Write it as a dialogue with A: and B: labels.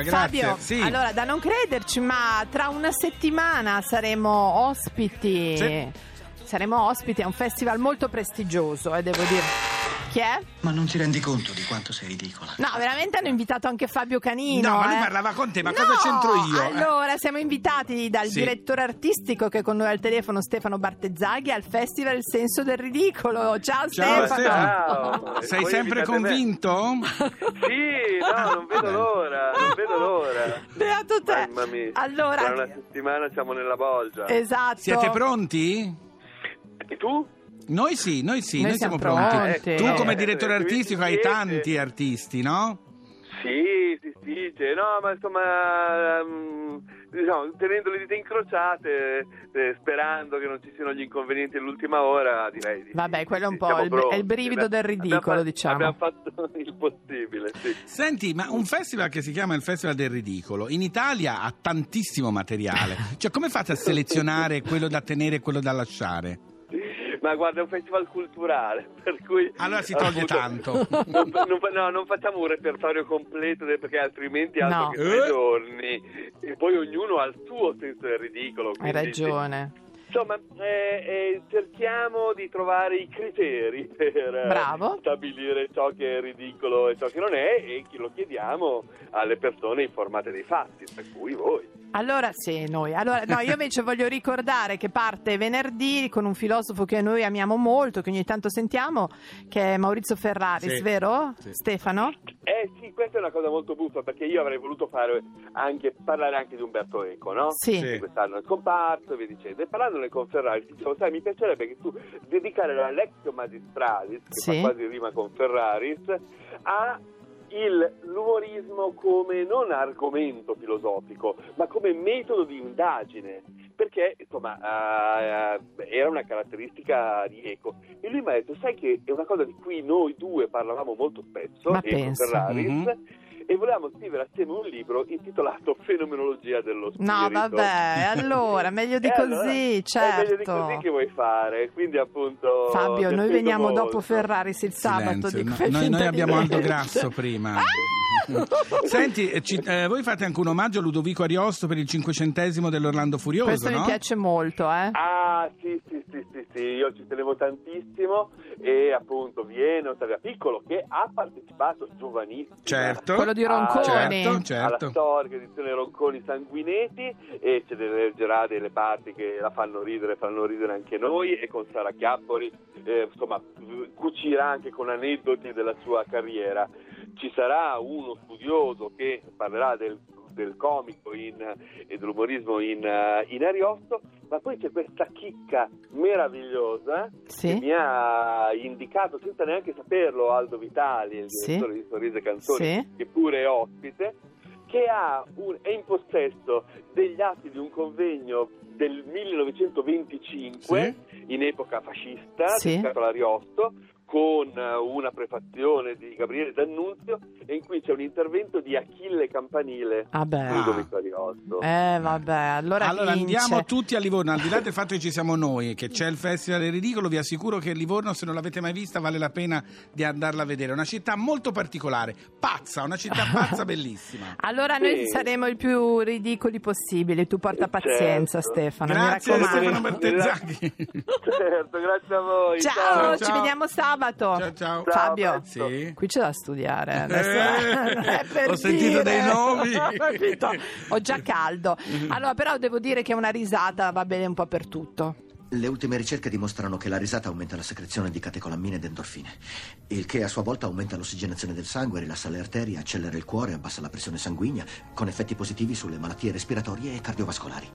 A: Grazie.
B: Fabio,
A: Sì.
B: allora da non crederci, ma tra una settimana saremo ospiti.
A: Sì.
B: Saremo ospiti a un festival molto prestigioso, eh, devo dire. Chi è?
C: Ma non ti rendi conto di quanto sei ridicola?
B: No, veramente hanno invitato anche Fabio Canino.
A: No, ma lui
B: eh.
A: parlava con te, ma
B: No,
A: cosa c'entro io? Eh.
B: Allora, siamo invitati dal
A: Sì.
B: direttore artistico che è con noi al telefono, Stefano Bartezzaghi, al Festival Il Senso del Ridicolo. Ciao,
A: Ciao,
B: Stefano.
A: Stefano.
D: Ciao.
A: Ah, Sei
D: Voi
A: sempre
D: invitate me.
A: convinto?
D: Sì, no, non vedo l'ora, non vedo l'ora.
B: Beato te.
D: Mamma mia.
B: Allora,
D: Tra una settimana siamo nella bolgia.
B: esatto.
A: Siete pronti?
D: E tu?
A: Noi sì, noi sì,
B: Noi
A: noi,
B: siamo
A: siamo pronti.
B: pronti.
A: Tu
B: Eh,
A: come direttore
D: eh,
A: artistico hai
D: siete.
A: tanti artisti, no?
D: Sì, si dice, no, ma insomma, ehm, diciamo, tenendo le dita incrociate, eh, sperando che non ci siano gli inconvenienti all'ultima ora, direi di
B: Vabbè, quello è un
D: sì,
B: po'
D: siamo
B: il- è il
D: pronti.
B: brivido del
D: Abbiamo
B: ridicolo,
D: fatto-
B: diciamo.
D: Abbiamo fatto il possibile, sì.
A: Senti, ma un festival che si chiama il Festival del Ridicolo, in Italia ha tantissimo materiale. Cioè, come fate a selezionare quello da tenere e quello da lasciare?
D: Ma guarda, è un festival culturale, per cui...
A: Allora si toglie
D: appunto,
A: tanto.
D: Non, non- no, non facciamo un repertorio completo de- perché altrimenti altro
B: No.
D: che tre
A: Eh?
D: giorni. E poi ognuno ha il suo senso del ridicolo.
B: Hai
D: quindi sì.
B: ragione.
D: Insomma, eh, eh, cerchiamo di trovare i criteri per eh,
B: Bravo.
D: stabilire ciò che è ridicolo e ciò che non è e chi- lo chiediamo alle persone informate dei fatti, tra cui voi.
B: Allora, sì, noi. Allora, no, io invece voglio ricordare che parte venerdì con un filosofo che noi amiamo molto, che ogni tanto sentiamo, che è Maurizio Ferraris,
A: Sì.
B: vero?
A: Sì.
B: Stefano?
D: Eh sì, questa è una cosa molto buffa perché io avrei voluto fare anche, parlare anche di Umberto Eco, no?
B: Sì.
A: Sì.
D: Che quest'anno è scomparso e via dicendo. E parlandone con Ferraris, dicevo, diciamo, sai, mi piacerebbe che tu dedicare la Lectio Magistralis, che
B: Sì.
D: fa quasi rima con Ferraris, a il- l'umorismo come non argomento filosofico, ma come metodo di indagine. Perché, insomma, ah, ah, era una caratteristica di Eco. E lui mi ha detto, sai che è una cosa di cui noi due parlavamo molto spesso,
B: Ma
D: Eco e
B: pensa.
D: Ferraris,
A: Mhm.
D: e volevamo scrivere assieme un libro intitolato Fenomenologia dello Spirito.
B: No, vabbè, allora, meglio di
D: Eh,
B: così,
D: allora,
B: certo.
D: È meglio di così che vuoi fare, quindi appunto...
B: Fabio,
D: mi è
B: noi
D: piaciuto
B: veniamo
D: molto.
B: dopo Ferraris il sabato.
A: Silenzio.
B: dico,
A: No,
B: fai
A: noi,
B: finta
A: noi
B: di
A: abbiamo
B: niente.
A: Aldo Grasso prima.
B: Ah!
A: Senti, eh, ci- eh, voi fate anche un omaggio a Ludovico Ariosto per il cinquecentesimo dell'Orlando Furioso,
B: Questo
A: no?
B: mi piace molto, eh.
D: Ah, sì, sì, sì, sì, sì, io ci tenevo tantissimo e appunto Vieno, Tavia Piccolo, che ha partecipato Ah, giovanissimo.
A: Certo.
B: Quello di Ronconi.
A: Certo,
D: alla
A: certo.
D: storica edizione Ronconi Sanguineti e ce ne leggerà delle parti che la fanno ridere, faranno ridere anche noi e con Sara Chiappori eh, insomma cucirà anche con aneddoti della sua carriera. Ci sarà uno studioso che parlerà del, del comico in- e dell'umorismo in, eh, in Ariosto, ma poi c'è questa chicca meravigliosa che
B: Sì,
D: mi ha indicato senza neanche saperlo Aldo Vitali, il
B: Sì.
D: direttore di Sorrisi e Canzoni,
B: sì.
D: che pure è ospite, che ha un- è in possesso degli atti di un convegno del 1925, in epoca fascista,
B: Sì.
D: dedicato all'Ariosto, con eh, una prefazione di Gabriele D'Annunzio, e in cui c'è un intervento di Achille Campanile,
B: Vabbè.
D: Ludovico Ariosto.
B: Ah. Eh, vabbè, allora, vince.
A: andiamo tutti a Livorno, al di là del fatto che ci siamo noi, che c'è il Festival del Ridicolo, vi assicuro che Livorno, se non l'avete mai vista, vale la pena di andarla a vedere. È una città molto particolare, pazza, una città pazza bellissima.
B: Allora noi
D: Sì.
B: saremo i più ridicoli possibili, tu porta
D: Certo.
B: pazienza Stefano,
A: Grazie
B: mi
A: Stefano
B: raccomando.
A: Bartezzaghi.
D: certo, grazie a voi.
B: Ciao,
A: Ciao,
B: ci
A: ciao.
B: vediamo sabato.
A: Ciao ciao.
D: Ciao,
B: Fabio,
D: presto.
A: Sì.
B: qui c'è da studiare. adesso,
A: Eh,
B: non è per
A: ho sentito
B: dire.
A: dei nomi.
B: Capito? Ho già caldo. Allora però devo dire che una risata va bene un po' per tutto.
C: Le ultime ricerche dimostrano che la risata aumenta la secrezione di catecolammine ed endorfine, il che a sua volta aumenta l'ossigenazione del sangue, rilassa le arterie, accelera il cuore, abbassa la pressione sanguigna, con effetti positivi sulle malattie respiratorie e cardiovascolari.